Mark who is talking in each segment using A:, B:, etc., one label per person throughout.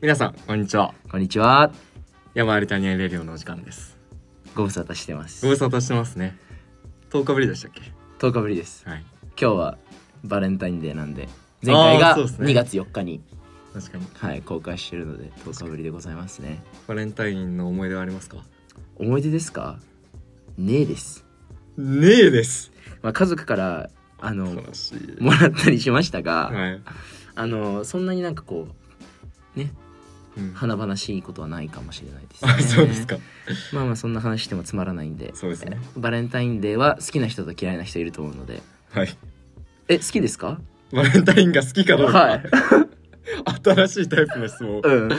A: 皆さんこんにちは
B: こんにちは。
A: 山あり谷レディオのお時間です
B: ご無沙汰してます
A: ご。無沙汰してますね10日ぶりでしたっけ
B: 10日ぶりです。
A: はい
B: 今日はバレンタインデーなんで、前回が
A: あーそうですね
B: 2月4日に、
A: 確かに
B: はい、公開してるので、10日ぶりでございますね。
A: バレンタインの思い出はありますか
B: 思い出ですかねえです。
A: ねえです
B: まあ、家族から、あの、
A: 悲しい
B: もらったりしましたが、
A: はい、
B: あの、そんなになんかこう、ね、
A: うん、
B: 華々しいことはないかもしれないです、ね。
A: あそうです。か
B: まあまあ、そんな話してもつまらないんで、
A: そうですね
B: バレンタインデーは好きな人と嫌いな人いると思うので、
A: はい
B: え、好きですか
A: バレンタインが好きかどうか、
B: はい
A: 新しいタイプの質問
B: うん。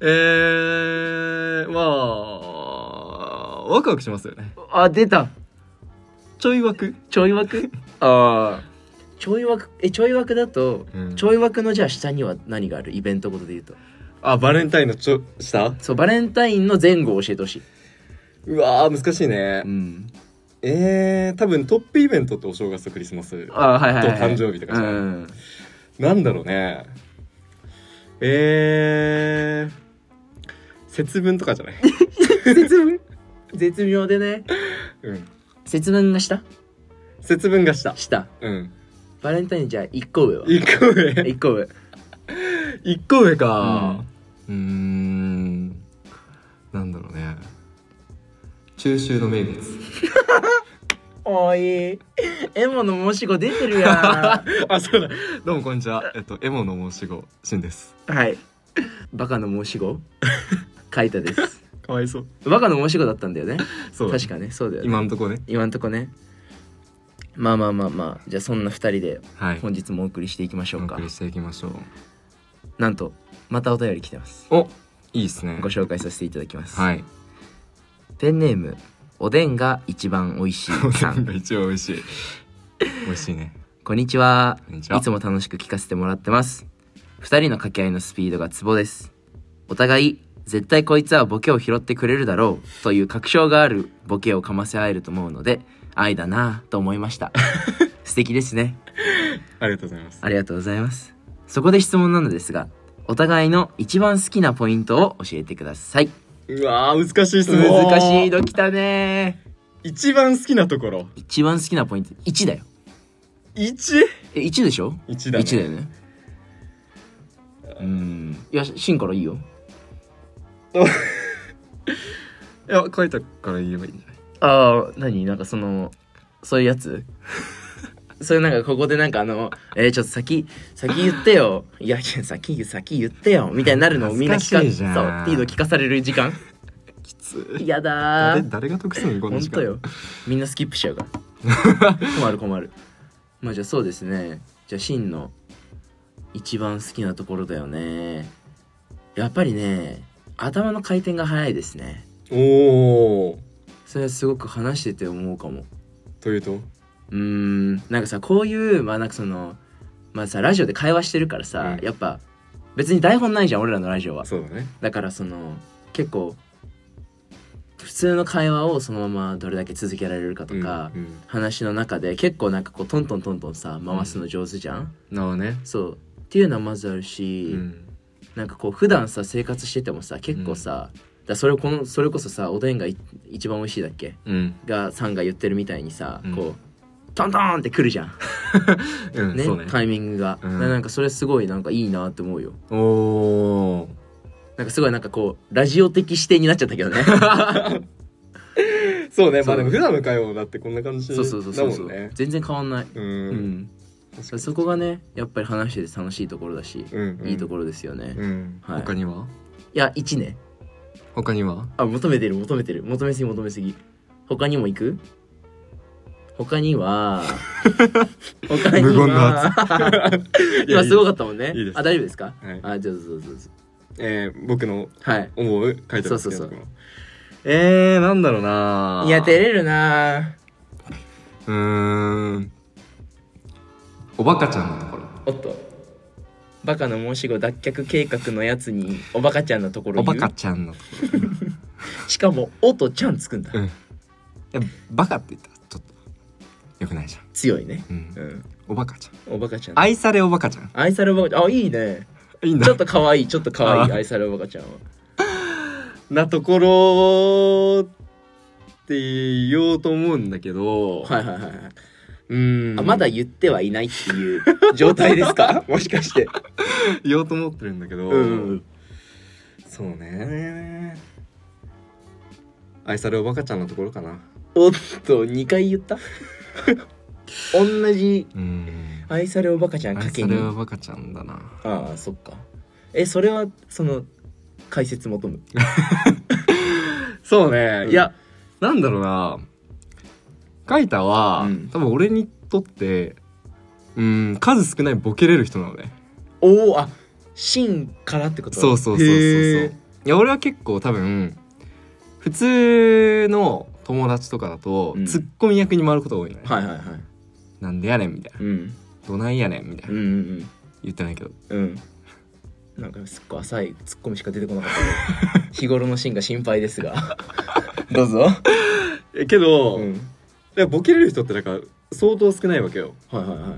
A: えー、まあワクワクしますよね
B: あ、出た
A: ちょいワク
B: ちょい枠ああちょい枠えちょい枠だと、
A: うん
B: ちょい枠のじゃあ下には何があるイベントごとで言うと
A: あバレンタインのちょした
B: そうバレンタインの前後を教えてほしい、
A: うわー難しいね
B: ん、
A: えー、多分トップイベントってお正月とクリスマス
B: あはいはい、はい、
A: と誕生日とかじゃない
B: うん、
A: なんだろうねえー、節分とかじゃ ない
B: 節分絶妙でね
A: うん
B: 節分が下
A: 節分がした
B: 下
A: うん
B: バレンタインじゃあ1個上は
A: 一個上
B: 1個上
A: 一個上かうーんなんだろうね中秋の名月
B: おいエモの申し子出て るや
A: あそうだどうもこんにちはえっとエモの申し子しんです
B: んはいバカの申し 子書いたです
A: かわいそう
B: バカの申し子だったんだよね
A: そう
B: 確かねそうだよね
A: 今んとこね
B: 今んとこねまあまあまあまあじゃあそんな2人で
A: はい
B: 本日もお送りしていきましょ
A: お
B: うか、
A: 送りしていきましょう
B: なんとまたお便り来てます
A: おいいっすね
B: ご紹介させていただきます、
A: はい
B: ペンネームおでんが一番美味し
A: お
B: いさ
A: でん
B: ん
A: が一番美味しい美味しいね
B: こんにちは
A: こんにちはい
B: つも楽しく聞かせてもらってます2人の掛け合いのスピードがツボですお互い絶対こいつはボケを拾ってくれるだろうという確証があるボケをかませ合えると思うので愛だなぁと思いました 素敵ですね
A: ありがとうございます
B: ありがとうございます。そこで質問なのですが、お互いの一番好きなポイントを教えてください。
A: うわー難しい質問
B: 難しいの来たね
A: 一番好きなところ
B: ー。一番好きなポイント、1だよ。
A: 1
B: え、1でしょ
A: 一
B: ?1
A: だね
B: だよね。うん。いや、シンからいいよ。
A: いや書いたから言えばいいんじゃない
B: ああ、何なんかその、そういうやつ そういうなんかここでなんかあの、えー、ちょっと先、先言ってよ。 いや、先言、先言ってよ。みたいになるのをみんな聞か、
A: 恥ずかしいじゃん
B: そう、っていうの聞かされる時 間。
A: きつい
B: やだ
A: 誰
B: ー。
A: 誰が得するのこの
B: 本
A: 時
B: 当
A: 間
B: よみんなスキップしちゃうから 困る困るまあじゃあそうですねじゃあ真の一番好きなところだよねやっぱりね頭の回転が早いですね
A: おお
B: それはすごく話してて思うかも
A: というと
B: うーんなんかさこういうまあなんかそのまあさラジオで会話してるからさ、
A: うん
B: やっぱ別に台本ないじゃん俺らのラジオは
A: そうだね
B: だからその結構普通の会話をそのままどれだけ続けられるかとか、
A: うんうん
B: 話の中で結構なんかこうトントントントンさ回すの上手じゃん、
A: なおね
B: そうっていうのはまずあるし、
A: うん
B: なんかこう普段さ生活しててもさ結構さ、だそれをこのそれこそさおでんがい一番美味しいだっけ
A: うん
B: がさんが言ってるみたいにさ、
A: うん
B: こうトントンってく るじゃん、
A: うん
B: ね
A: そうね
B: タイミングが、
A: うん
B: だからなんかそれすごいなんかいいなって思うよ
A: おお
B: なんかすごいなんかこうラジオ的視点になっちゃった けどね
A: そうねま
B: そ
A: あ
B: う
A: でも普段の会話だってこんな感じだ
B: そうそうそうそうそ
A: も
B: うん
A: ね
B: 全然変わんない、
A: う
B: うんそこがねやっぱり話してて楽しいところだし、
A: うんうん
B: いいところですよね、
A: うん
B: はい
A: 他にはい
B: や、1ね。
A: 他には
B: あ、求めてる、求めてる。求めすぎ、求めすぎ。他にも行く他に は、他
A: 無
B: に
A: 言の
B: は、
A: いや
B: 今すごかったもんね。
A: いいです
B: あ、大丈夫ですか
A: はい
B: あ、じゃあ、そうそうそう。
A: えー僕の
B: はい。
A: 思う書いてある
B: そうそうそう
A: えー、なんだろうない
B: や、照れるなぁ
A: うーんおバカちゃんのところ
B: おっと。バカの申し子脱却計画のやつに、おバカちゃんのところ
A: お
B: 言
A: バ
B: う
A: カちゃんのとこ
B: しかも、おとちゃんつくんだ。
A: ろうんいやバカって言ったらちょっとよくないじゃん
B: 強いね。
A: うん
B: うん。
A: おバカちゃん
B: おバカちゃん。
A: 愛されおバカちゃん
B: 愛されおバカちゃん。あ、いいね。
A: いいんだ
B: ちょっと可愛いちょっと可愛い
A: あー
B: 愛されおばかちゃんは
A: なところって言おうと思うんだけど、
B: はいはいはいはいう
A: ーん
B: あまだ言ってはいないっていう状態です かもしかして
A: 言おうと思ってるんだけど、
B: うん
A: そうね愛されおバカちゃんのところかな
B: おっと2回言った同じ
A: うん
B: 愛されおバカちゃんか
A: 愛
B: け
A: さ
B: に
A: れおバカちゃんだな
B: ああそっかえそれはその解説求む
A: そうね、
B: うん
A: いやなんだろうなカイタは、
B: うん
A: 多分俺にとってうん数少ないボケれる人なのね
B: おおあ芯からってこと
A: そうそうそうそうそういや俺は結構多分普通の友達とかだと、
B: うん
A: ツッコミ役に回ることが多いのね、
B: はいはいはい
A: なんでやねんみたいな
B: うん
A: どないやねんみたい
B: うん
A: な
B: うん
A: 言ってないけど
B: うんうんなんかすっごい浅いツッコミしか出てこなかった けど日頃の芯が心配ですがどうぞ
A: えけど、
B: うん
A: いやボケれる人ってなんか相当少ないわけよ
B: はいはいはい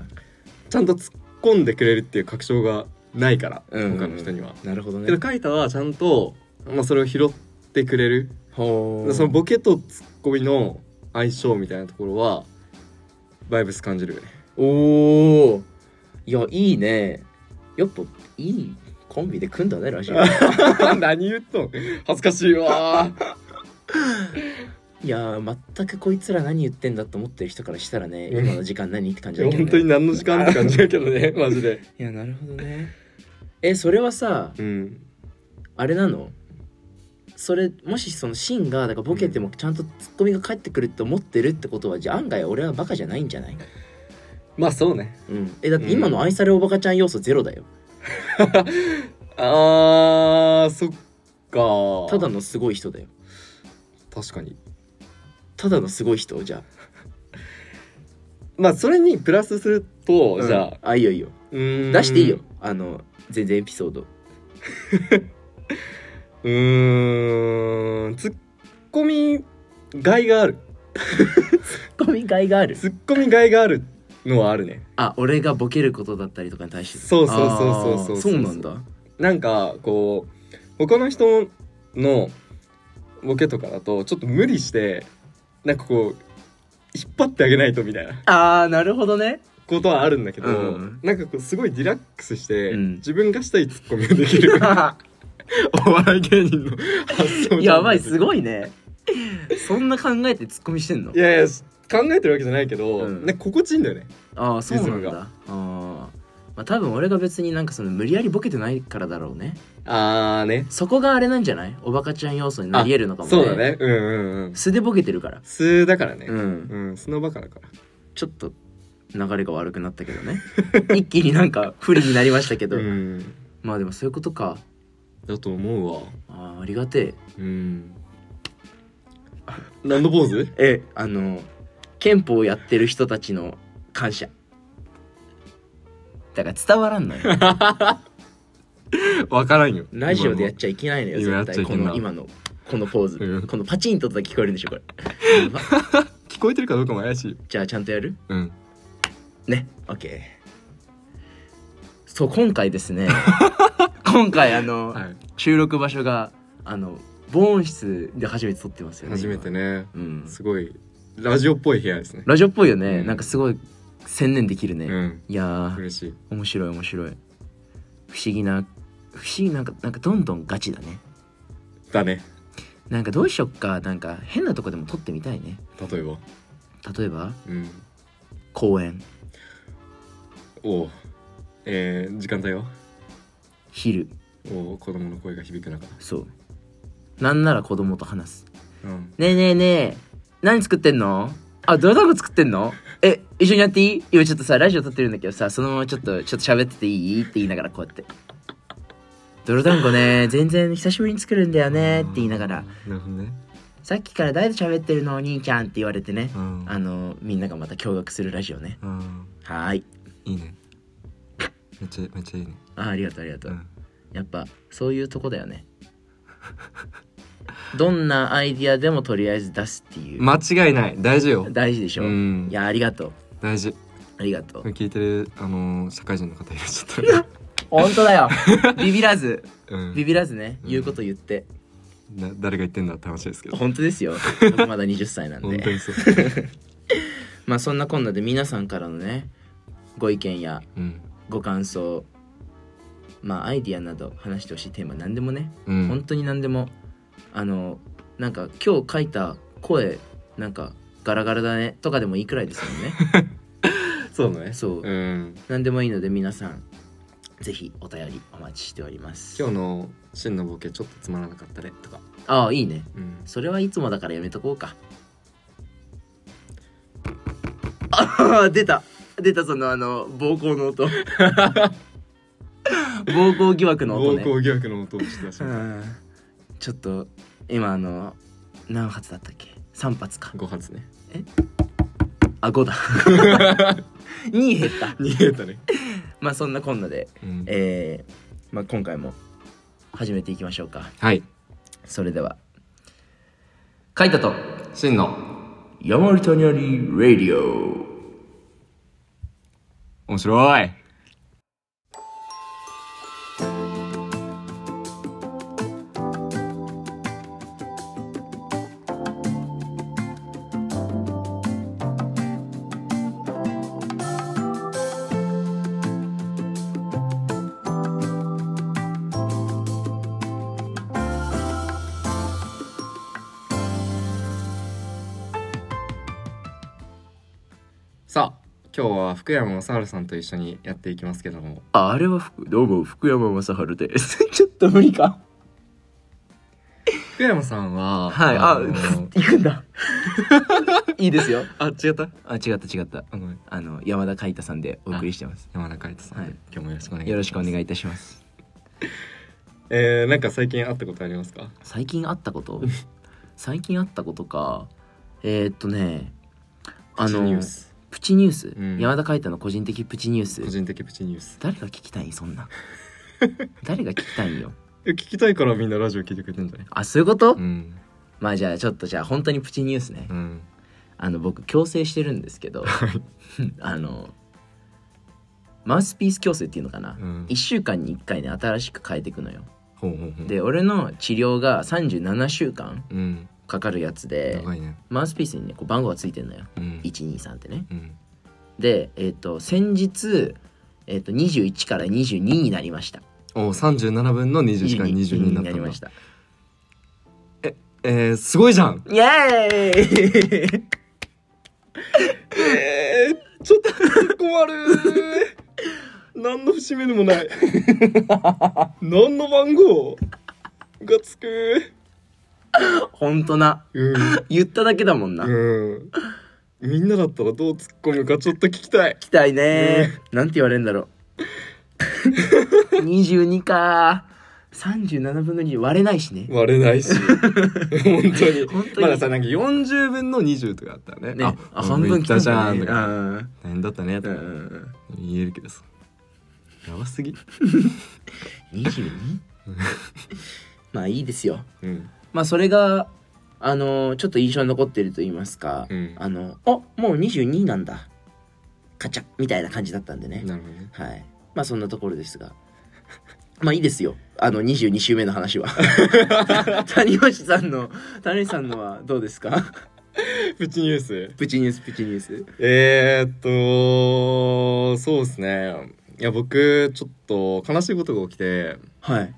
A: ちゃんと突っ込んでくれるっていう確証がないから、
B: うん
A: 他の人には、
B: なるほどね
A: けどカイタはちゃんと、まあ、それを拾ってくれる
B: ほう
A: そのボケとツッコミの相性みたいなところはバイブス感じるよね
B: おおいやいいねやっぱいいコンビで組んだね ラジオ
A: 何言っとん恥ずかしいわ
B: いやー全くこいつら何言ってんだと思ってる人からしたらね今の時間何って感じだけど、ね、
A: 本当に何の時間って感じだけどねマジで
B: いやなるほどねえそれはさ
A: うん
B: あれなのそれもしそのシンがだからボケてもちゃんとツッコミが返ってくるって思ってるってことはじゃあ案外俺はバカじゃないんじゃない、
A: まあそうね
B: うん、えだって今の愛されおバカちゃん要素ゼロだよ
A: あーそっか
B: ただのすごい人だよ
A: 確かに
B: ただのすごい人じゃ
A: まあそれにプラスすると、
B: あ
A: じゃあ
B: あいいよいいよ
A: うーん
B: 出していいよあの全然エピソード
A: うーんツッコミ害がある
B: ツッコミがいがある
A: ツッコミ害があるのはあるね
B: あ俺がボケることだったりとかに対して
A: そうそうそうそうそう
B: あーそうなんだ
A: なんかこう他の人のボケとかだとちょっと無理してなんかこう引っ張ってあげないとみたいな
B: あーなるほどね
A: ことはあるんだけど、
B: うん
A: なんかこうすごいリラックスして、
B: うん
A: 自分がしたいツッコミができる お笑い芸人の 発想
B: や ばいす
A: い
B: ごいねそんな考えてツッコミしてんの
A: いやいや考えてるわけじゃないけど、
B: うん
A: なんか心地いいんだよね
B: ああそうな
A: リ
B: ん
A: ズム
B: だ
A: が
B: ああまあ多分俺が別になんかその無理やりボケてないからだろうね
A: あーね
B: そこがあれなんじゃないおバカちゃん要素になり得るのかもね
A: そうだねうんうんうん
B: 素でボケてるから
A: 素だからね
B: う、ん
A: うん、素のバカだから
B: ちょっと流れが悪くなったけどね 一気になんか不利になりましたけど、
A: うん
B: まあでもそういうことか
A: だと思うわ
B: あーありがて
A: うん何のポーズ
B: ええあの憲法をやってる人たちの感謝だから伝わらんのよ
A: わからんよ
B: ラジオでやっちゃいけないのよ
A: 今の
B: 絶対こ
A: 今や
B: の
A: っちゃいけ
B: 今のこのポーズ、
A: うん
B: このパチンと音だけ聞こえるんでし ょこれやば
A: 聞こえてるかどうかも怪しい
B: じゃあちゃんとやる
A: うん
B: ね OK そう今回ですね 今回あの、
A: はい
B: 収録場所があの防音室で初めて撮ってますよね
A: 初めて
B: ね、
A: ね
B: うん、
A: すごいラジオっぽい部屋ですね
B: ラジオっぽいよね、
A: うん
B: なんかすごい専念できるね、
A: うん
B: いやー
A: 嬉しい
B: 面白い面白い不思議な不思議なんかなんかどんどんガチだね
A: だね
B: なんかどうしよっかなんか変なとこでも撮ってみたいね
A: 例えば
B: 例えば
A: うん
B: 公園
A: おうえー、時間帯は
B: 昼
A: おう子供の声が響く中
B: そうなんなら子供と話す
A: うん
B: ねえねえねえ何作ってんのあどうだこ作ってんのえ一緒にやっていい今ちょっとさラジオ撮ってるんだけどさそのままちょっとちょっと喋ってていいって言いながらこうやって「泥団子ね全然久しぶりに作るんだよね」って言いながら
A: なるほどね
B: 「さっきから誰と喋ってるのお兄ちゃん」って言われてね
A: うん
B: あのみんながまた驚愕するラジオね
A: うん
B: はーい
A: いいねめっちゃめっちゃいいね
B: あありがとうありがとう、
A: うん
B: やっぱそういうとこだよねどんなアイディアでもとりあえず出すっていう、
A: 間違いない大事よ
B: 大事でしょ、
A: うん
B: いやありがとう
A: 大事
B: ありがとう
A: 聞いてるあのー社会人の方いらっしゃったら
B: 本当 だよビビらず
A: うん
B: ビビらずね
A: うん
B: 言うこと言って
A: な誰が言ってんだって話ですけど
B: 本当 ですよ僕まだ20歳なん
A: 本当
B: で
A: にそう、
B: まあそんなこんなで皆さんからのねご意見や
A: うん
B: ご感想まあアイディアなど話してほしいテーマ何でもね、
A: うん、
B: 本当に何でもあのなんか今日書いた声なんかガラガラだねとかでもいいくらいですよ ね
A: そうね
B: そう、
A: うん
B: 何でもいいので皆さんぜひお便りお待ちしております
A: 今日の真のボケちょっとつまらなかったねとか、
B: ああいいね
A: うん、
B: それはいつもだからやめとこうかああ出た出たそのあの暴行 の音暴行疑惑の音
A: 暴
B: ね
A: 行疑惑の音をして出し
B: う
A: まし
B: んちょっと今あの何発だったっけ3発か
A: た5発ね
B: あ5だ2減った
A: 逃げたね、
B: まあそんなこんなで、
A: うん
B: えーまあ、今回も始めていきましょうか
A: はい
B: それではカイトと
A: 真の
B: 山リタニアリーラディオ
A: 面白いさあ今日は福山雅治さんと一緒にやっていきますけども
B: ああれは福どうも福山雅治です ちょっと無理か
A: 福山さんは
B: はいあ
A: の
B: 行くんだいいですよ
A: あ違った
B: あ違った違った
A: あの
B: あの山田海太さんでお送りしてます
A: 山田海人さんで、
B: はい
A: 今日もよろしくお願いします
B: よろしくお願いいたします
A: えー、なんか最近会ったことありますか
B: 最近あったこと最近あったことかえー、っとねあ
A: プ
B: の
A: チニュース
B: プチニュース、
A: うん
B: 山田海太の個人的プチニュース
A: 個人的プチニュース
B: 誰が聞きたいんそんな 誰が聞きたいんよ
A: え聞きたいからみんなラジオ聞いてくれてんじゃない
B: あそういうこと、
A: うん
B: まあじゃあちょっとじゃあ本当にプチニュースね、
A: うん
B: あの僕矯正してるんですけど あのマウスピース矯正っていうのかな、
A: うん
B: 1週間に1回ね新しく変えていくのよ
A: ほうほうほう
B: で俺の治療が37週間
A: うん
B: かかるやつで
A: 長いね
B: マウスピースにねこう番号がついてんのよ
A: うん
B: 123ってね
A: うん
B: でえっ、と先日、えっと21から22になりました
A: お三十七分の二十から二十にな
B: に
A: っ
B: な
A: た
B: り
A: んだ
B: ました
A: えー、すごいじゃん
B: イエーイ
A: えー、ちょっと困る何の節目でもない何の番号がつく
B: ほんとな
A: うん
B: 言っただけだもんな、聞
A: うんみんなだったらどう突っ込むかちょっと聞きたい
B: きたいねなんて言われるんだろう 22か37分の2割れないしね
A: 割れ ないし本当に
B: 本当に
A: まださなんか40分の20とかあったらね
B: ねあ
A: あ
B: 半分
A: 来
B: 来
A: た
B: た
A: じゃんと
B: ねう
A: か
B: んうん
A: 大変だったねと
B: う
A: か
B: んうん
A: 言えるけどさやばすぎ
B: 22? まあいいですよ
A: うん
B: まあそれがあのちょっと印象に残ってると言いますか、
A: うん
B: あのあもう22なんだカチャッみたいな感じだったんでね
A: なるほどね
B: はいまあそんなところですが まあいいですよあの22週目の話 は谷口さんの谷口さんのはどうですか
A: プチニュース
B: プチニュースプチニュース
A: えー、っとそうですねいや僕ちょっと悲しいことが起きて
B: はい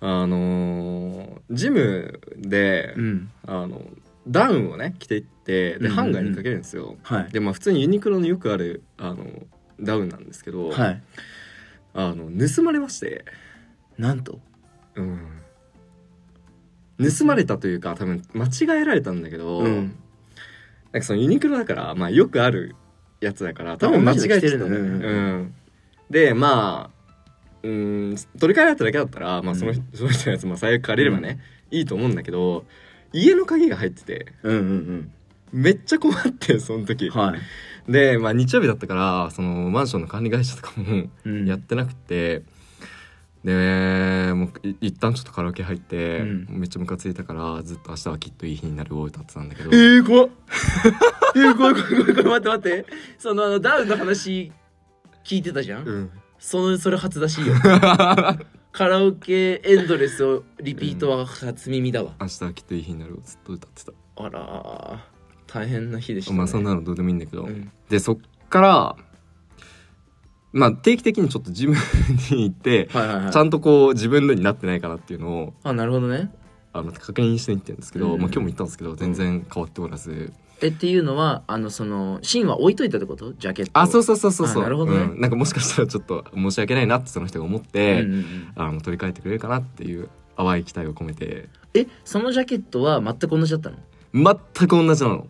A: あのージムで、
B: うん
A: あのダウンをね着ていって
B: うんうん
A: で
B: うん
A: ハンガーにかけるんですよ、
B: はい
A: でまあ普通にユニクロのよくあるあのダウンなんですけど、
B: はい
A: あの盗まれまして、
B: なんと
A: うん、盗まれたというか多分間違えられたんだけど、
B: うん
A: なんかそのユニクロだから、まあ、よくあるやつだから多分間違えてた
B: 同じの着てるのね
A: うんでまあうん取り替えられただけだったら、まあ、その人、その人のやつ、まあ、最悪借りればね、いいと思うんだけど家の鍵が入ってて
B: うんうん
A: めっちゃ困ってその時
B: うんはい、
A: で、まあ、日曜日だったからそのマンションの管理会社とかも
B: うん
A: やってなくて、でもうい一旦ちょっとカラオケ入って、
B: うん
A: めっちゃムカついたからずっと「明日はきっといい日になる」を歌ってたんだけど
B: えー、怖っえー、怖い怖い怖い怖い待って待ってそのあのダウンの話聞いてたじゃん、
A: うん
B: そのそれ初出し いいよカラオケエンドレスをリピートは初耳だわ、
A: 明日はきっといい日になるをずっと歌ってた、
B: あらー大変な日でしたね
A: まあそんなのどうでもいいんだけど、
B: うん
A: でそっからまあ定期的にちょっとジムに行って
B: はいはいはい
A: ちゃんとこう自分のになってないかなっていうのを
B: あなるほどね
A: あの確認していってるんですけど、
B: うん
A: まあ、今日も行ったんですけど全然変わっておらず、
B: えっていうのはあのその芯は置いといたってことジャケットを
A: あそうそうそうそうそう
B: あなるほどね
A: うんなんかもしかしたらちょっと申し訳ないなってその人が思って、
B: うんうんうん
A: あの取り替えてくれるかなっていう淡い期待を込めて
B: えそのジャケットは全く同じだったの
A: 全く同じなの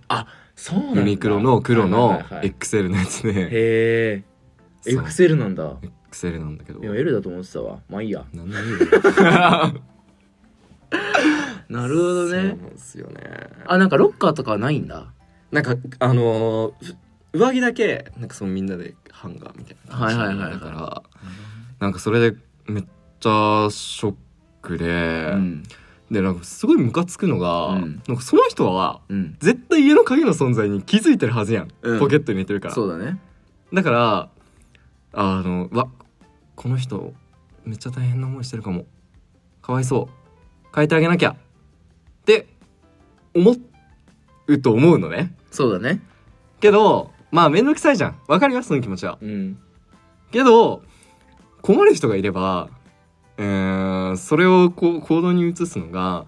B: そうなんだ
A: ユニクロの黒
B: はい
A: の
B: はいはいはい
A: XL のやつで
B: へえ
A: そう
B: XL なんだ
A: XL なんだけど
B: いや L だと思ってたわまあいいや
A: なんでもいいよ
B: なるほど
C: そうなん
B: ね
C: ですよね
B: あなんかロッカーとかはないんだ
C: なんかあのーふ上着だけなんかそのみんなでハンガーみたいな
B: はいはいはいはい
A: だからなんかそれでめっちゃショックで、
B: うん
A: でなんかすごいムカつくのが、
B: うん
A: なんかその人は
B: うん
A: 絶対家の鍵の存在に気づいてるはずやん、
B: うん
A: ポケットに入れてるから
B: そうだね
A: だからあのうわこの人めっちゃ大変な思いしてるかもかわいそう変えてあげなきゃって思うと思うのね
B: そうだね
A: けどまあ面倒くさいじゃんわかりますその気持ちは
B: うん
A: けど困る人がいれば、えー、それをこう行動に移すのが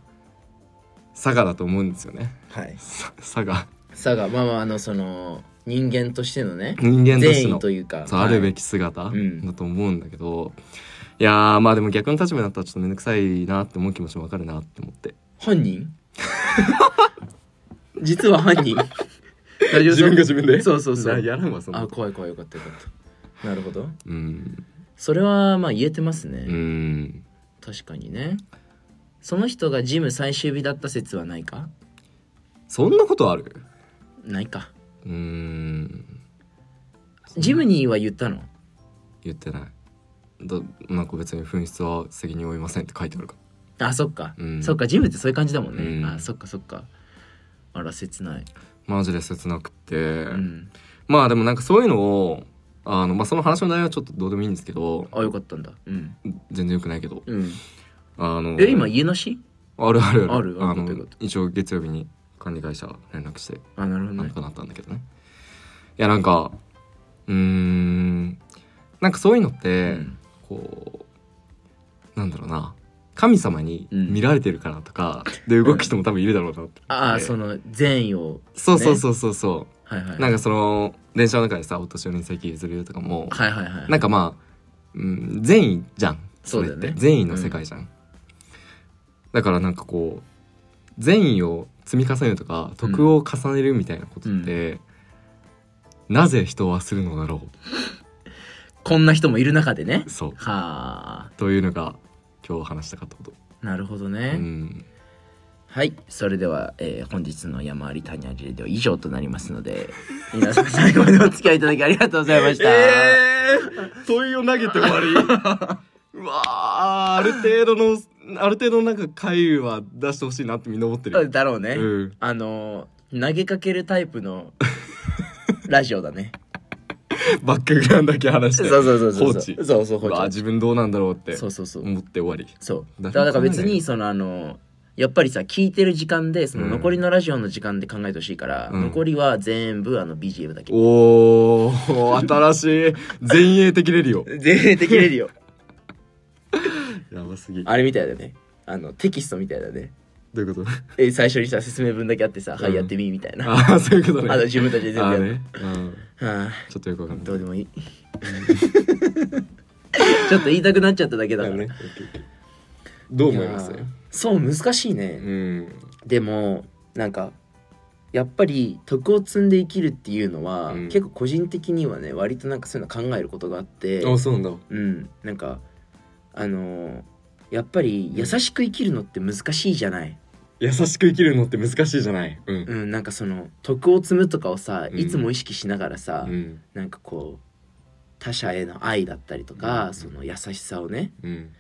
A: 佐賀だと思うんですよね
C: はい
A: さ佐賀
B: 佐賀まあまああのその人間としてのね
A: 人間として
B: 善意
A: の
B: というか
A: そうあるべ
B: き
A: き姿
B: ん
A: だと思うんだけど、いやーまあでも逆の立場になったらちょっと面倒くさいなって思う気持ちもわかるなって思って
B: 犯人 実は犯人 大丈夫
C: 自分が自分で
B: そうそうそ
A: な
B: う
A: やらんわそんな
B: あ
A: こと
B: 怖い怖いよかったよかったなるほど
A: うん
B: それはまあ言えてますね、
A: うん
B: 確かにねその人がジム最終日だった説はないか
A: そんなことある
B: ないか
A: うん
B: ジムには言ったの
A: 言ってないだなんか別に紛失は責任を負いませんって書いてあるから
B: あそっか、
A: うん
B: そっかジムってそういう感じだもんね、
A: うん
B: あそっかそっかあら切ない、
A: マジで切なくって、
B: うん、
A: まあでもなんかそういうのをあの、まあ、その話の内容はちょっとどうでもいいんですけど
B: あよかったんだうん、
A: 全然よくないけど
B: うん、
A: あの
B: え今家なし
A: あるある
B: あるあ
A: あ
B: よかったよか
A: の
B: った
A: 一応月曜日に管理会社連絡して
B: あなるほど
A: なん
B: ね
A: とかなったんだけどねいやなんかうーんなんかそういうのって、
B: うん
A: こうなんだろうな神様に見られてるからとか、で動く人も多分いるだろうなって
B: ああその善意を
A: そうそうそうそうそ
B: はいは
A: う、
B: い
A: なんかその電車の中でさお年寄りに席譲るとかも、
B: はいはいはい
A: なんかまあ、うん、善意じゃんそれっ
B: そうだ
A: て、
B: よね
A: 善意の世界じゃん、だからなんかこう善意を積み重ねるとか徳を重ねるみたいなことって、なぜ人はするのだろ
B: こんな人もいる中でね
A: うそう
B: はあ
A: というのが今日話したかったこと、
B: なるほど
A: う
B: ね、
A: ん、
B: はいそれでは、えー本日の山あり谷ありレディオ以上となりますので皆さん最後までお付き合いいただきありがとうございました、
C: えー、問いを投げて終わり
A: うわーある程度のある程度のなんか回は出してほしいなってみんな思ってるよ、
B: だろうね、
A: うん、
B: あのー投げかけるタイプのラジオだ ね
A: バックグラウンドだけ話し
B: そう
A: て
B: そうそうそう
A: 放置
B: そうそう
A: う
B: 放
A: わー
B: 置
A: 自分どうなんだろうって
B: そうそうそう
A: 思って終わり
B: そうだ
A: だ
B: からだから別にそのあのやっぱりさ聞いてる時間でその
A: うん
B: 残りのラジオの時間で考えてほしいから、
A: うん
B: 残りは全部あの BGM だけ
A: おー、新 しい。前衛的レディオ。
B: 全員的レディオ
A: やばすぎ。
B: あれみたいだねあのテキストみたいだね
A: どういう こと
B: え最初にさ説明文だけあってさ「はいやってみ」みたいな、
A: ああ、そういうことね。
B: あと自分たちで全部
A: あ
B: や
A: ー
B: る、
A: ね。うん
B: はあ
A: ちょっとよくわかんな
B: ど
A: い。
B: うでもい いちょっと言いたくなっちゃっただけだ
C: だ
B: か
C: よ
B: ら
C: ねどう思います
B: やーそう難しいね、
C: うん
B: でもなんかやっぱり徳を積んで生きるっていうのは、
C: うん
B: 結構個人的にはね割となんかそういうの考えることがあって
C: あそうなんだ
B: うんなんかあのーやっぱり優しく生きるのって難しいじゃない、
C: 優しく生きるのって難しいじゃないうん
B: うん、なんかその徳を積むとかをさ
C: うん
B: いつも意識しながらさ、
C: うん
B: なんかこう他者への愛だったりとか、その優しさをね
C: うん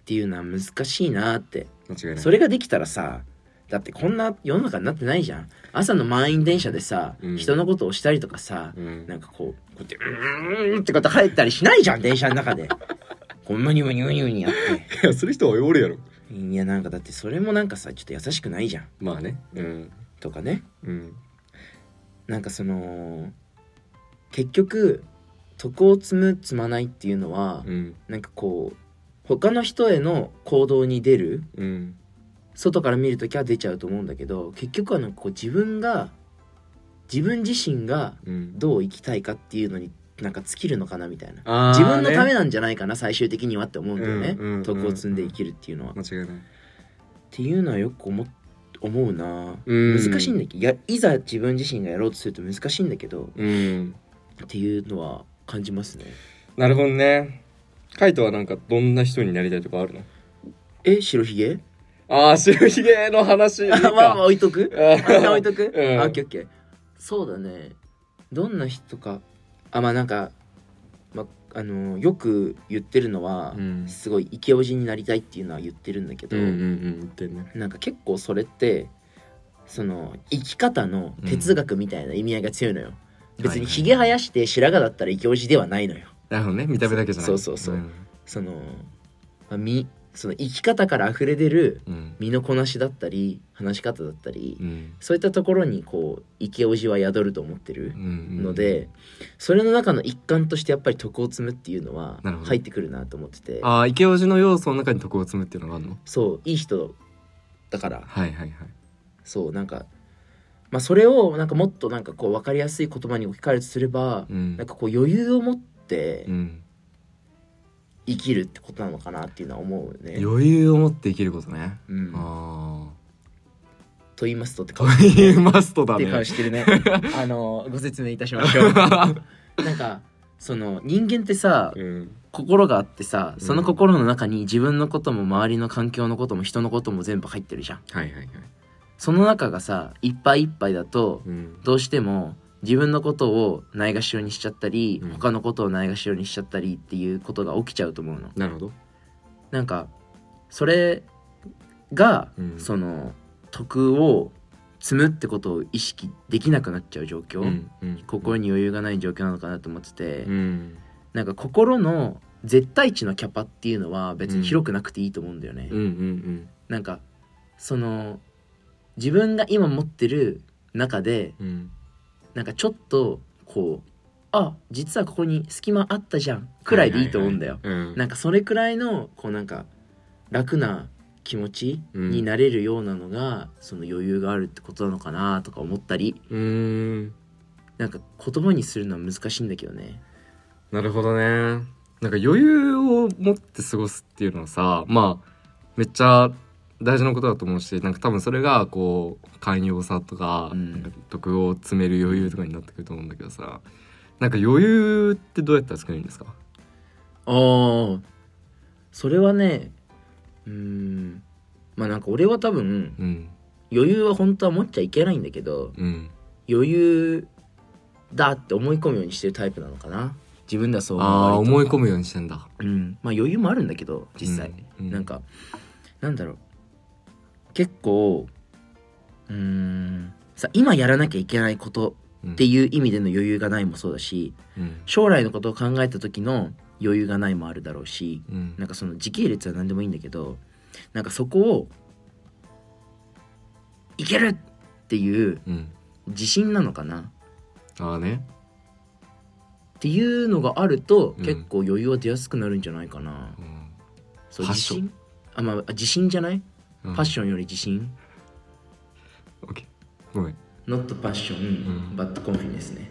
B: っていうのは難しいなって
C: 間違いない
B: それができたらさだってこんな世の中になってないじゃん朝の満員電車でさ、
A: うん
B: 人のことをしたりとかさ、
A: うん
B: なんかこうこうやってうーんってこと入ったりしないじゃん電車の 中でこうムニムニムニムニやって
A: いやする人はおるやろ
B: いやなんかだってそれもなんかさちょっと優しくないじゃん
A: まあねうん
B: とかね
A: うん
B: なんかその結局徳を積む積まないっていうのは、
A: うん
B: なんかこう他の人への行動に出る
A: うん
B: 外から見るときは出ちゃうと思うんだけど結局はなんかこう自分が自分自身が
A: うん
B: どう生きたいかっていうのになんか尽きるのかなみたいな
A: あー
B: 自分のため
A: ね
B: なんじゃないかな最終的にはって思うんだよね、
A: うんうんうん
B: 徳を積んで生きるっていうのは、っ
A: 間違いない
B: ていうのはよく思っ思うな、
A: うん
B: 難しいんだけどいやいざ自分自身がやろうとすると難しいんだけど
A: うん
B: っていうのは感じますね
A: なるほどねカイトはなんかどんな人になりたいとかあるの
B: え白ひげ
A: ああ白ひげの話いい
B: あ
A: か
B: まあまあ置いとく
A: あ
B: あんな置いとく、
A: うん
B: あオッケーオッケーそうだねどんな人かあまあなんか、まあのよく言ってるのは、
A: うん
B: すごいイケオジになりたいっていうのは言ってるんだけど、
A: うんうんうん言ってんね
B: なんか結構それってその生き方の哲学みたいな意味合いが強いのよ、別にひげ生やして白髪だったらイケオジではないのよ
D: なるほどね見た目だけじゃない
B: そうそうそう
D: うん
B: その,、まあ、みその生き方から溢れ出る
D: うん
B: 身のこなしだったり話し方だったり、
D: うん
B: そういったところにこうイケオジは宿ると思ってる
D: うんうん
B: ので、それの中の一環としてやっぱり徳を積むっていうのは
D: なるほど
B: 入ってくるなと思ってて
D: ああ池オジの要素の中に徳を積むっていうのがあるの
B: そういい人だから
D: はいはいはい
B: そうなんか、まあ、それをなんかもっとなんかこう分かりやすい言葉に置き換えるとすれば、
D: うん
B: なんかこう余裕を持って
D: うん
B: 生きるってことなのかなっていうのは思うよね。
D: 余裕を持って生きることね
B: うん、
D: あ
B: と言いますとって
D: あ
B: 顔
D: と
B: して
D: い
B: る
D: う
B: ね。
D: マストだ
B: っていう顔
D: ね
B: してる ね。あのご説明いたしましょう。 なんかその人間ってさ、
A: うん
B: 心があってさその心の中に自分のことも周りの環境のことも人のことも全部入ってるじゃん
D: はいはいはい
B: その中がさいっぱいいっぱいだと
A: うん
B: どうしても自分のことをないがしろにしちゃったり、
A: うん
B: 他のことをないがしろにしちゃったりっていうことが起きちゃうと思うの
A: なるほど
B: なんかそれが、
A: うん
B: その徳を積むってことを意識できなくなっちゃう状況、
A: うんうん
B: 心に余裕がない状況なのかなと思ってて、
A: うん
B: なんか心の絶対値のキャパっていうのは別に広くなくていいと思うんだよね、
A: うんうんうん
B: なんかその自分が今持ってる中で
A: うん
B: なんかちょっとこうあ実はここに隙間あったじゃんくらいでいいと思うんだよ、
A: うん
B: なんかそれくらいのこうなんか楽な気持ち
A: うん
B: になれるようなのが、その余裕があるってことなのかなとか思ったり
A: うーん
B: なんか言葉にするのは難しいんだけどね
D: なるほどねなんか余裕を持って過ごすっていうのはさまあめっちゃ大事なことだと思うしなんか多分それがこう寛容さとか,、
B: うん
D: なんか徳を詰める余裕とかになってくると思うんだけどさなんか余裕ってどうやったら作れるんですか
B: ああそれはねうーんまあなんか俺は多分
D: うん
B: 余裕は本当は持っちゃいけないんだけど
D: うん
B: 余裕だって思い込むようにしてるタイプなのかな自分ではそう思う
D: ああー
B: 割と
D: 思い込むようにしてんだ
B: うんまあ余裕もあるんだけど実際、
D: うんうん
B: なんかなんだろう結構うーんさ今やらなきゃいけないことっていう意味での余裕がないもそうだし
D: うん
B: 将来のことを考えた時の余裕がないもあるだろうし
D: うん
B: なんかその時系列は何でもいいんだけどなんかそこをいけるっていう
D: うん
B: 自信なのかな
D: ああね
B: っていうのがあると、
D: うん
B: 結構余裕は出やすくなるんじゃないかな
D: う。ん
B: そう
D: パッ
B: 自
D: ション
B: 信あまあ自信じゃない、
D: うん
B: パッションより自信
D: オッケーごめん
B: not passion、but confidence ね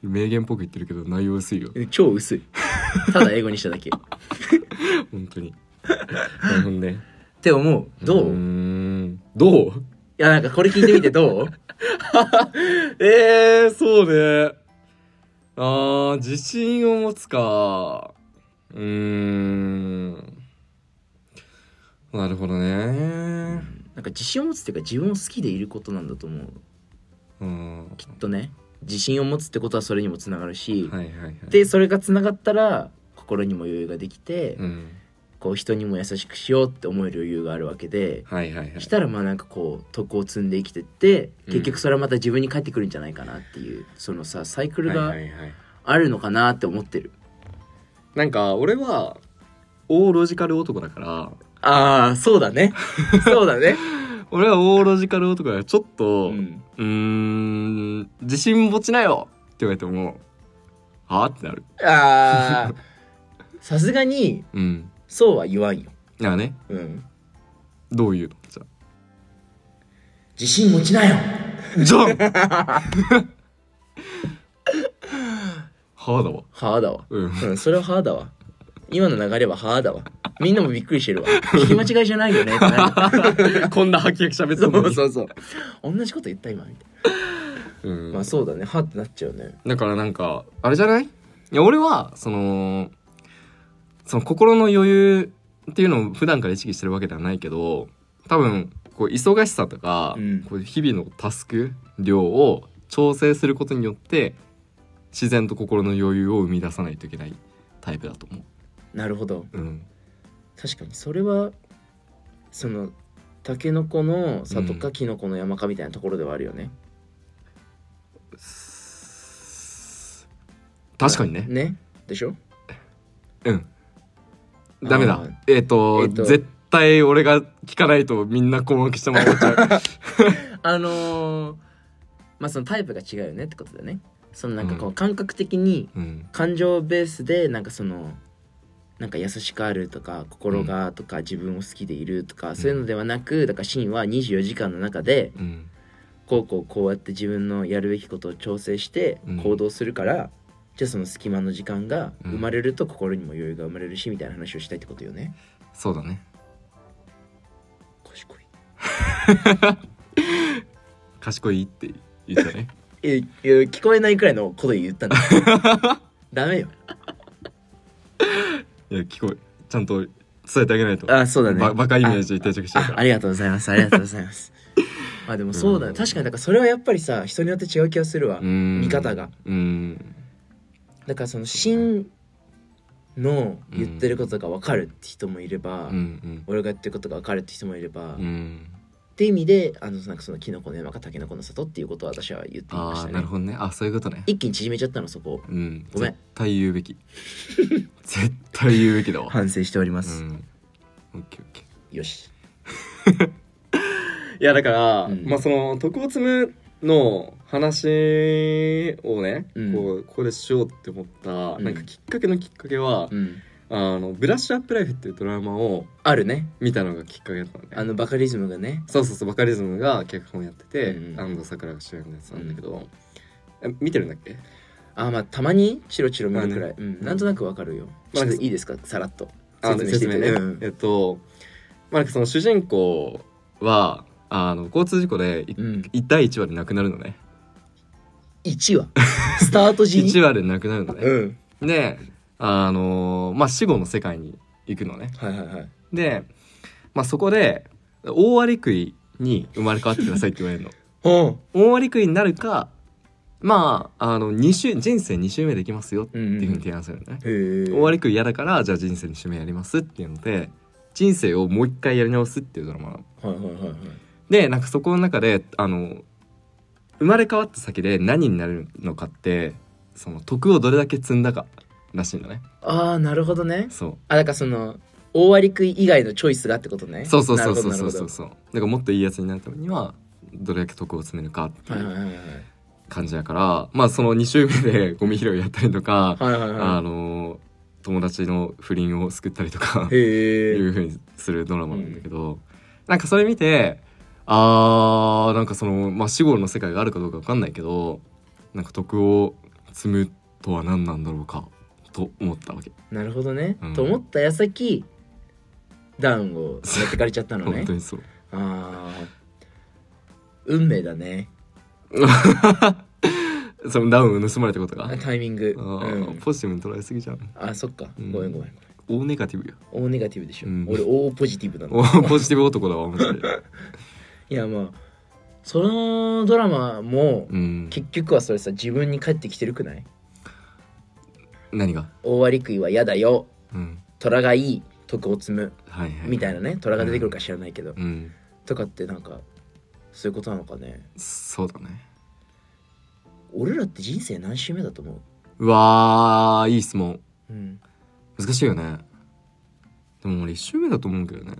D: 名言っぽく言ってるけど内容薄いよ
B: え超薄いただ英語にしただ けっ
D: 本 当になるほどね
B: て思うどう、
D: うー
B: い
D: んどう
B: やなんかこれ聞いてみてどう
D: えー、そうね。あー、自信を持つか。うーん。なるほどね。
B: なんか自信を持つっていうか自分を好きでいることなんだと思う
D: うん。
B: きっとね自信を持つってことはそれにもつながるし、
D: はいはいはい。
B: でそれがつながったら心にも余裕ができて、
D: うん。
B: こう人にも優しくしようって思える余裕があるわけで
A: はいはいはい
B: したらまあなんかこう徳を積んで生きてって結局それはまた自分に返ってくるんじゃないかなっていう、そのさサイクル
A: はい
B: が
A: はいはい
B: あるのかなって思ってる、
A: なんか俺はオーロジカル男だから
B: ああそうだ ねそうだね、
A: 俺はオーロジカル男だからちょっと
B: う
A: うん
B: ん、
A: ーん自信持ちなよって言われてもはあってなる
B: ああ さすがに
A: うん
B: そうは言わんよ、
A: なんかね
B: うん、
A: どういうのじゃ
B: 自信持ちなよ
A: あ じゃんはあだわ
B: はあだわ
A: うん
B: うん、それは歯だわ。今の流れは歯だわ。みんなもびっくりしてるわ。聞き間違いじゃないよねってな る。
A: こんなはきはき喋ってた
B: そ
A: のに
B: うそうそう。同じこと言った今みたい
A: うん
B: な。まあそうだね。歯ってなっちゃうね。
A: だからなんかあれじゃないいや俺はそのその心の余裕っていうのを普段から意識してるわけではないけど多分こう忙しさとか、
B: うん
A: こう日々のタスク量を調整することによって自然と心の余裕を生み出さないといけないタイプだと思
B: なるほど。
A: う。うん、
B: 確かにそれはそのタケノコの里かキノコの山かみたいなところではあるよね。
A: 確かにね。
B: ね。でしょ？
A: ダメだ
B: あー。
A: えっ、と,、
B: えーと
A: 絶対俺が聞かないとみんな困惑してもらっちゃ う。
B: あのーまあそのタイプが違うよねってことだよね。そのなんかこう感覚的に
A: うん、
B: 感情ベースでなんかそのなんか優しくあるとか心がとか自分を好きでいるとか、そういうのではなくだからシーンは24時間の中で
A: うん、
B: こうこうこうやって自分のやるべきことを調整して
A: うん
B: 行動するから、じゃあその隙間の時間が生まれると心にも余裕が生まれるしみたいな話をしたいってことよね。
A: そうだね。
B: 賢い
A: 賢いって言った ね。
B: えいや聞こえないくらいのこと 言ったんだダメよ
A: いや聞こえちゃんと伝えてあげないと
B: あそうだね
A: ババカイメージ定着してる
B: あ
A: か
B: あ
A: ら
B: りがとうございますありがとうございます まあでもそうだね確かにだからそれはやっぱりさ人によって違う気がするわ見
A: 見
B: 方が
A: うん
B: だからその真の言ってることが分かるって人もいれば、
A: うんうん
B: 俺が言ってることが分かるって人もいれば、
A: う
B: っ
A: ん
B: て意味であのなんかそのキノコの山かタケノコの里っていうことを私は言っていまし
A: あ
B: た
A: あな
B: ね
A: るほどねあそういうことね
B: 一気に縮めちゃったのそこを
A: うん
B: ごめん
A: 絶対言うべき 絶対言うべきだ わ
B: 反省しておりま
A: う
B: す、
A: んオッケーオッケ
B: よし
A: ーいやだから、
B: うん
A: まあその徳を積むの話をね、
B: うん
A: こうここでしようって思った、
B: うん
A: なんかきっかけのきっかけは、
B: うん
A: あのブラッシュアップライフっていうドラマを
B: あるね
A: 見たのがきっかけだったのね
B: あのバカリズムがね
A: そうそうそうバカリズムが脚本やってて、
B: うんうん
A: 安藤サクラが主演のやつなんだけど、え見てるんだっけ
B: あーまあたまにチロチロ見るくらい、うん、なんとなくわかるよ、
A: まあ
B: ちょっといいですかさらっと
A: あ
B: 説明していただいて
A: 説
B: う
A: 明
B: ん
A: えっと、まあ、なんかその主人公はあの交通事故でい
B: うん、
A: い第1話で亡くなるのね
B: 1話スタート 時に
A: 1話で亡くなるのね、
B: うん
A: であのまあ死後の世界に行くのね
B: はいはいはい
A: で、まあ、そこで大アリクイに生まれ変わってくださいって言われるの
B: うん
A: 大アリクイになるかまああの二周人生2周目できますよって
B: うんうん
A: いうふうに提案するのね、
B: へえ
A: 終わりく嫌だからじゃあ人生に締めやりますっていうので人生をもう一回やり直すっていうドラマなの
B: はいはいはいはい
A: でなんかそこの中であの生まれ変わった先で何になるのかってその徳をどれだけ積んだからしいんだね
B: ああなるほどね
A: そ
B: あだからその大割り食い以外のチョイスがってことね
A: うそうそうそうそう
B: なる
A: そ
B: ほ
A: う
B: ど
A: そうそ
B: なる
A: うだからもっといいやつになるためにはどれだけ徳を積めるかって
B: ほ
A: い
B: ど
A: う
B: はいはいはい
A: 感じやからまあその2周目でゴミ拾いやったりとか、
B: はいはいはい
A: あ
B: は
A: の友達の不倫を救ったりとか
B: いへ
A: い
B: え
A: うふうにするドラマなんだけど、なんかそれ見てあーなんかその、まあ、死後の世界があるかどうかわかんないけどなんか徳を積むとは何なんだろうかと思ったわけ、
B: なるほどね、
A: うん
B: と思った矢先ダウンを持ってかれちゃったのね
A: 本当にそう
B: ああ運命だね
A: そのダウンを盗まれたことが あ
B: あタイミング
A: ー、
B: うん、
A: ポジティブに捉えすぎじゃん
B: あそっか
A: うん
B: ごめんごめん
A: 大ネガティブよ
B: 大ネガティブでしょ、
A: うん
B: 俺大ポジティブなの
A: 大ポジティブ男だわ面白 い
B: いやまあそのドラマも
A: うん
B: 結局はそれさ自分に返ってきてるくない
A: 何が
B: 大割り食いは嫌だよ
A: うん
B: 虎がいい徳を積む
A: はいはい
B: みたいなね虎が出てくるか知らないけど、
A: うん
B: とかってなんかそういうことなのかね
A: そうだね
B: 俺らって人生何周目だと思う、
A: うわーいい質問
B: うん、
A: 難しいよねでも俺一周目だと思うけどね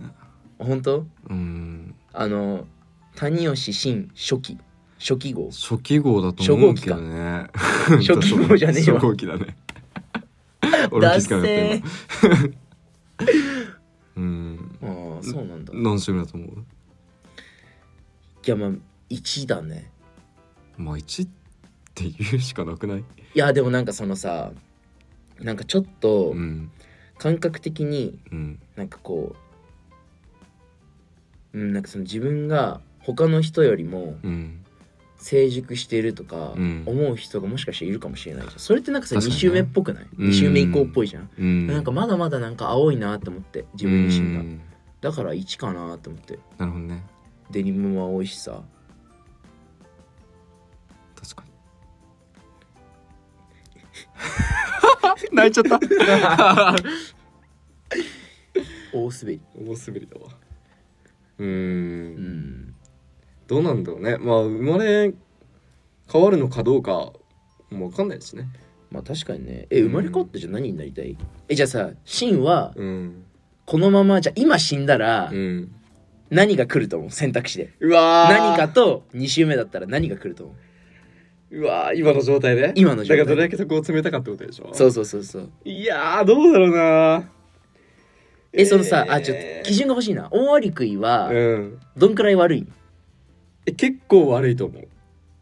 B: 本当
A: うん
B: あの谷吉新初期初期号
A: 初期号だと思うけどね
B: 初期号じゃねえわ
A: 初号機だ ね俺気づかなかった今うん
B: ああそうなんだい
A: 何周目だと思う
B: やまあ1だね
A: まあ1って言うしかなくない
B: いやでもなんかそのさなんかちょっと
A: うん
B: 感覚的に
A: うん
B: なんかこううんなんかその自分が他の人よりも
A: うん
B: 成熟してるとか
A: うん
B: 思う人がもしかしているかもしれないじゃんそれってなんかさ2
A: 確かにね
B: 周目っぽくない、
A: うん
B: 2周目以降っぽいじゃん、
A: うん
B: なんかまだまだなんか青いなって思って自分自身が、
A: うん
B: だから1かなって思って
A: なるほどね
B: デニムも青いしさ
A: 確 かに泣いちゃった
B: 大滑り
A: 大滑りだわうー
B: うんん
A: どうなんだろうねまあ生まれ変わるのかどうかも分かんないですね
B: まあ確かにねえ生まれ変わってじゃあ何になりたい、えじゃあさシンは
A: うん
B: このままじゃあ今死んだら
A: うん
B: 何が来ると思う選択肢で
A: うわー
B: 何かと2周目だったら何が来ると思う
A: うわー今の状態で
B: 今の状態
A: だからどれだけそこを詰めたかってことでしょ
B: そうそうそうそう
A: いやーどうだろうな
B: えそのさ、
A: えー
B: あちょっと基準が欲しいな大割食いは
A: うん
B: どんくらい悪いん
A: え結構悪いと思う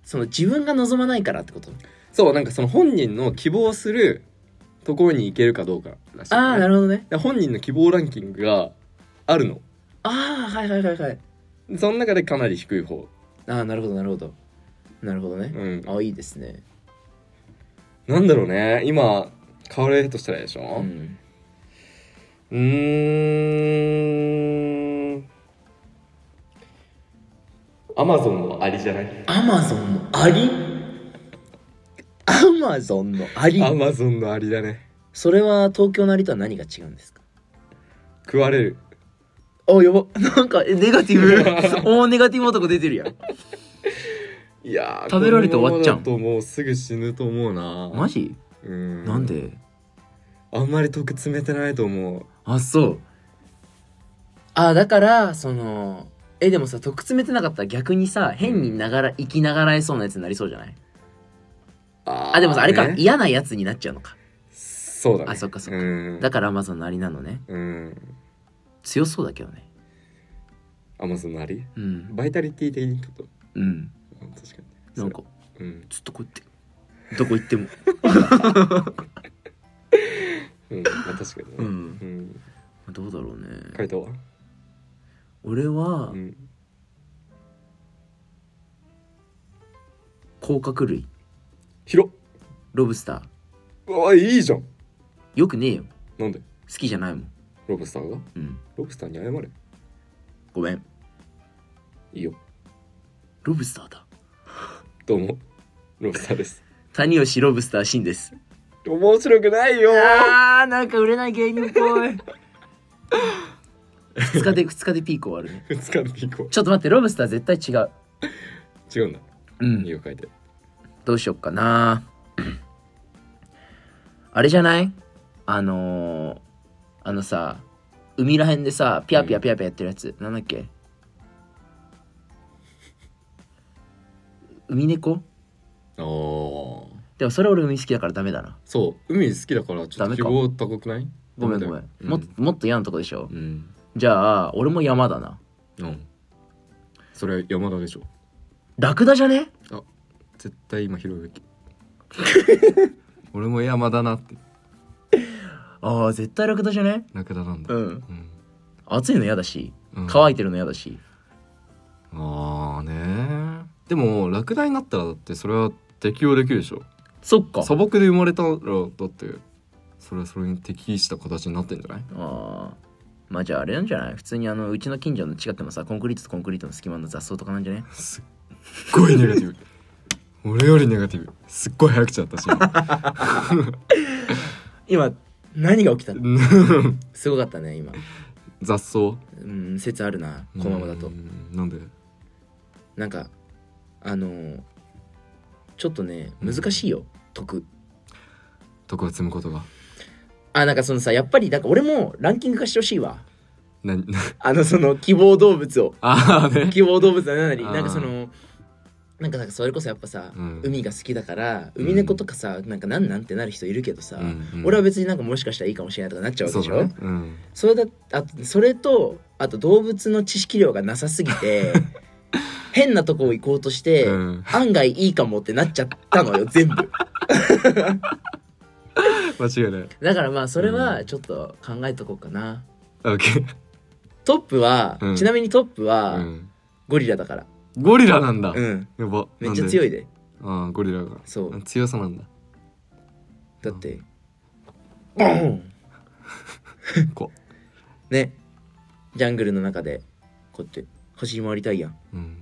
B: その自分が望まないからってこと
A: そうなんかその本人の希望するところに行けるかどうからしい、
B: ああな
A: る
B: るほどね
A: 本人の希望ランキングがあるの
B: ああはいはいはいはい
A: その中でかなり低い方
B: ああなるほどなるほどなるほどね
A: う、ん
B: ああいいですね
A: なんだろうね今変われるとしたらでし
B: う
A: ょ
B: ん
A: うーんアマゾンのアリじゃない
B: アマゾンのアリアマゾンのアリ
A: アマゾンのアリだね
B: それは東京のアリとは何が違うんですか
A: 食われる
B: あやばなんかえネガテ ィブ大ネガティブ男出てるやん
A: いやー
E: 食べられて終わっちゃう
A: このままだともうすぐ死ぬと思うな
E: マジ
A: うん
E: なんで
A: あんまり得詰めてないと思う
E: あそう
B: あだからそのえでもさ得詰めてなかったら逆にさ変にながら生きながらえそうなやつになりそうじゃない
A: あ
B: あでもさあれか
A: ね
B: 嫌なやつになっちゃうのか
A: そうだね
E: あそっかそっか
A: うん
E: だからアマゾンのアリなのね
A: うん
E: 強そうだけどね
A: アマゾンのアリ
E: うん
A: バイタリティ的にちょっと
E: うん
A: うん確か
E: な
A: に
E: んか
A: それうん
E: ずっとこうやってどこ行っても
A: うんまあ確かにね
E: うん
A: うん
E: どうだろう
A: 書
E: ね
A: いたわ
E: 俺は
A: うん
E: 甲殻類
A: 広っ
E: ロブスター
A: うわいいじゃん
E: よくねえよ
A: なんで
E: 好きじゃないもん
A: ロブスターが
E: うん
A: ロブスターに謝れ
E: ごめん
A: いいよ
E: ロブスターだ
A: どうもロブスターです
E: 谷吉ロブスターシンです
A: 面白くないよ
E: あーなんか売れない芸人っぽ い2日で2日でピーク終わるね
A: 2日のピークは
E: ちょっと待ってロブスター絶対違う
A: 違うんだ
E: う
A: いいよ書いて
E: どうしよっかな あれじゃないあのー、あのさ海らへんでさピャピャピャピャやってるやつ、なんだっけ海猫
A: ああ
E: でもそれ俺海好きだからダメだな
A: そう海好きだからちょ
E: ダ
A: っと
E: メ
A: 希
E: か
A: 望高くない
E: ごめんごめん、
A: うん
E: もっともっと嫌なとこでしょ
A: うん
E: じゃあ俺も山だな
A: うんそれ山田でしょ
E: ラクダじゃね
A: 絶対今拾うべ き俺も山田なって
E: ああ絶対ラクダじゃね
A: ラクダなんだ
E: ん
A: うん
E: 暑いの嫌だし
A: うん
E: 乾いてるの嫌だし、
A: ああねでもラクダになったらだってそれは適用できるでしょ
E: そっか
A: 砂漠で生まれたらだってそれはそれに適した形になってんじゃない
E: ああまあじゃああれなんじゃない普通にあのうちの近所の近くのさコンクリートとコンクリートの隙間の雑草とかなんじゃね
A: すっごいネガティブ 俺よりネガティブすっごい早口だったし今
E: 今
B: 何が起きたのすごかったね今
A: 雑草
B: うん説あるなこのままだと
A: うんなんで
B: なんかあのーちょっとね難しいよ得
A: 徳を積むことが
B: あなんかそのさやっぱりなんか俺もランキング化してほしいわ
A: なな
B: あのその希望動物を
A: ああね
B: 希望動物は何なり
A: あー
B: なんかそのなんかなんかそれこそやっぱさ、
A: うん
B: 海が好きだから海猫とかさ、なんかなんなんてなる人いるけどさ、
A: うんうん
B: 俺は別になんかもしかしたらいいかもしれないとかなっちゃうわ
A: そ
B: け
A: う
B: でし
A: だ
B: ょ
A: ねうん
B: それだあそれとあと動物の知識量がなさす ぎて変なとこ行こうとして、
A: うん
B: 案外いいかもってなっちゃった のよ全部
A: 間違いない
B: だからまあそれはちょっと考えとこうかな、
A: オッケー
B: トップは、
A: うん
B: ちなみにトップは、
A: うん
B: ゴリラだから
A: ゴリラなんだ
B: うん
A: やば
B: めっちゃ強
A: い
B: いで
A: ああゴリラが
B: そう
A: 強さなんだ
B: だってボーン
A: こ
B: ねジャングルの中でこうやって走り回りたいやん
A: ううん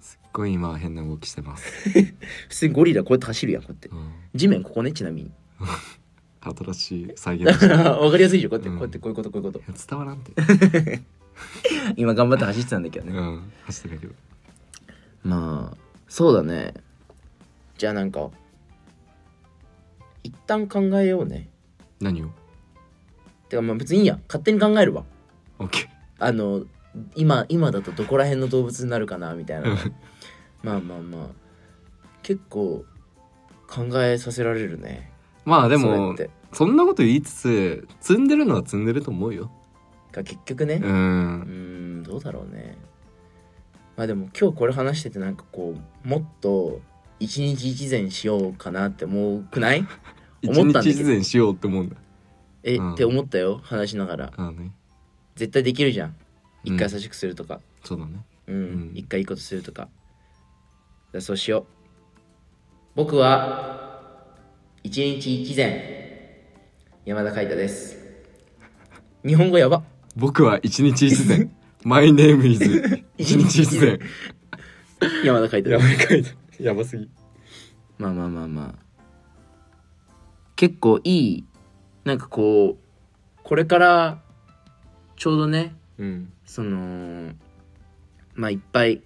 A: すっごい今変な動きして ます
B: 普通にゴリラこうやって走るやんこうやって
A: うん
B: 地面ここねちなみに
A: 新 しい再
B: だ
A: 現
B: から分かりやすいでしょこうやって、
A: うん
B: こうやってこういうことこういうこと
A: 伝わらん て
E: 今頑張って走ってたんだけど
A: う
E: ね
A: ん走ってるけど
B: まあそうだねじゃあなんか一旦考えようね
A: 何を
B: てかまあ別にいいや勝手に考えるわ
A: オッケ
B: あの今今だとどこら辺の動物になるかなみたいな
A: ー
B: まあまあまあ結構考えさせられるね
A: まあで
B: それっ
A: も
B: て
A: そんなこと言いつつ積んでるのは積んでると思うよ
B: が結局ね
A: う
B: うー
A: ん
B: んどうだろうねまあでも今日これ話しててなんかこうもっと一日一善しようかなって思うくない
A: 一
B: 思ったんだけど
A: 日自然しようって思うんだ
B: え、
A: うん
B: って思ったよ話しながら
A: ああね
B: 絶対できるじゃん
A: うん
B: 一回優しくするとか
A: そうだね
B: う
A: ん
B: ん、一回いいことするとかだからそうしよう僕は一日一善山田海太です日本語やば
A: 僕は一日一善 My name is 一日一善
B: 山田海太です
A: かいやばすぎ
E: まあまあまあまあ結構いいなんかこう
B: これからちょうどね
A: うん
B: そのまあいっぱい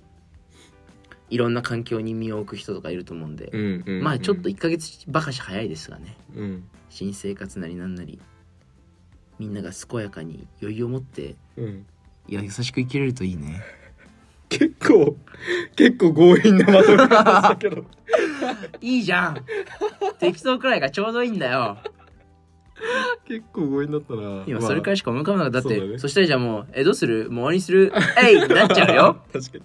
B: いろんな環境に身を置く人とかいると思うんで、
A: うんうん
B: まあちょっと1ヶ月ばかし早いですがね
A: うん
B: 新生活なりなんなりみんなが健やかに余裕を持って
A: うん
B: いや優しく生きれるといいね
A: 結構結構強引なまとめだけど
B: いいじゃん適当くらいがちょうどいいんだよ
A: 結構強引だったな
B: 今それくらいしか思い浮かばなかっただっ
A: そうだ
B: て
A: ね
B: そしたらじゃあもう「えどうするもう終わりにするえい!」なっちゃうよ
A: 確かに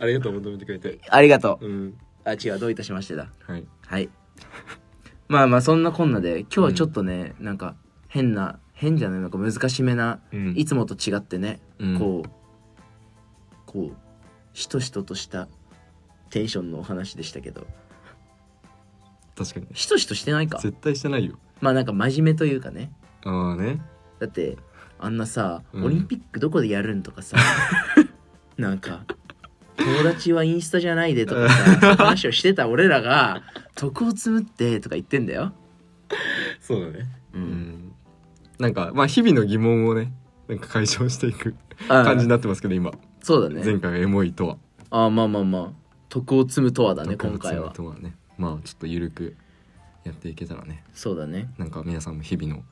A: ありがとう求めてくれて
E: ありがと
A: うん
B: あ違うどういたしましてだ
A: はい
E: はいまあまあそんなこんなで今日はちょっとね、なんか変な変じゃないなんか難しめな
A: うん
E: いつもと違ってね、
A: うん
E: こう
B: こうしとしととしたテンションのお話でしたけど
A: 確かに
B: しとしとしてないか
A: 絶対してないよ
B: まあなんか真面目というかね
A: ああね
B: だってあんなさ、
A: うん
B: オリンピックどこでやるんと かさなんか友達はインスタじゃないでとかさ話をしてた俺らが徳を積むってとか言ってんだよ
A: そうだね
B: う
A: うんんなんかまあ日々の疑問をねなんか解消していく感じになってますけど今
B: そうだね
A: 前回がエモいとは
B: ああまあまあまあ徳を積むとはだね
A: 毒
B: 今
A: 物
B: 回は
A: とはねまあちょっとゆるくやっていけたらね
B: そうだね
A: なんか皆さんも日々の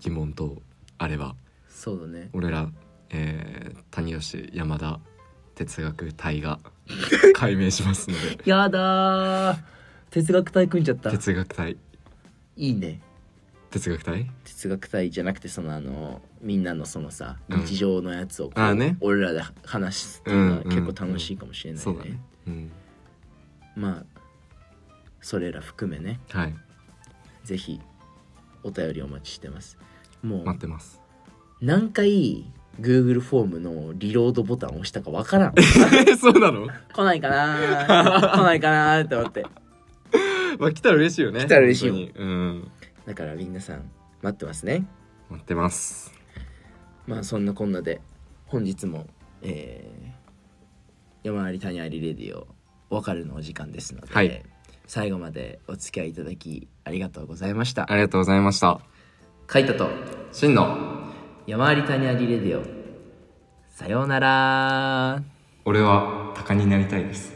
A: 疑問等あれば
B: そうだね
A: 俺ら、えー、谷吉山田哲学隊 が解明しますので
B: やだー哲学隊組んじゃったい
A: 哲学隊
B: いね
A: 哲学隊
B: 哲学隊じゃなくてそのあのみんなのそのさ
A: うん
B: 日常のやつをこう
A: あーね
B: 俺らで話すっていうのは
A: うんうんう
B: 結
A: ん
B: 構楽しいかもしれない
A: そうだ
B: ね
A: ねうん
B: まあそれら含めね
A: はい
B: ぜひお便りお待ちしてますも
A: 待
B: う
A: ってます
B: 何回 Google フォームのリロードボタンを押したかわ からん
A: えそうなの
B: 来ないかなー来ないかなーって思って
A: まあ来たら嬉しいよね
B: 来たら嬉しいよ
A: 本当にうん
B: だから皆さん待ってますね
A: 待ってます
B: まあそんなこんなで本日も、えー、山あり谷ありレディオお別れのお時間ですので、
A: はい
B: 最後までお付き合いいただきありがとうございました
A: ありがとうございました
B: カイトと
A: 真の
B: 山あり谷ありレディオさようなら
A: 俺は鷹になりたいです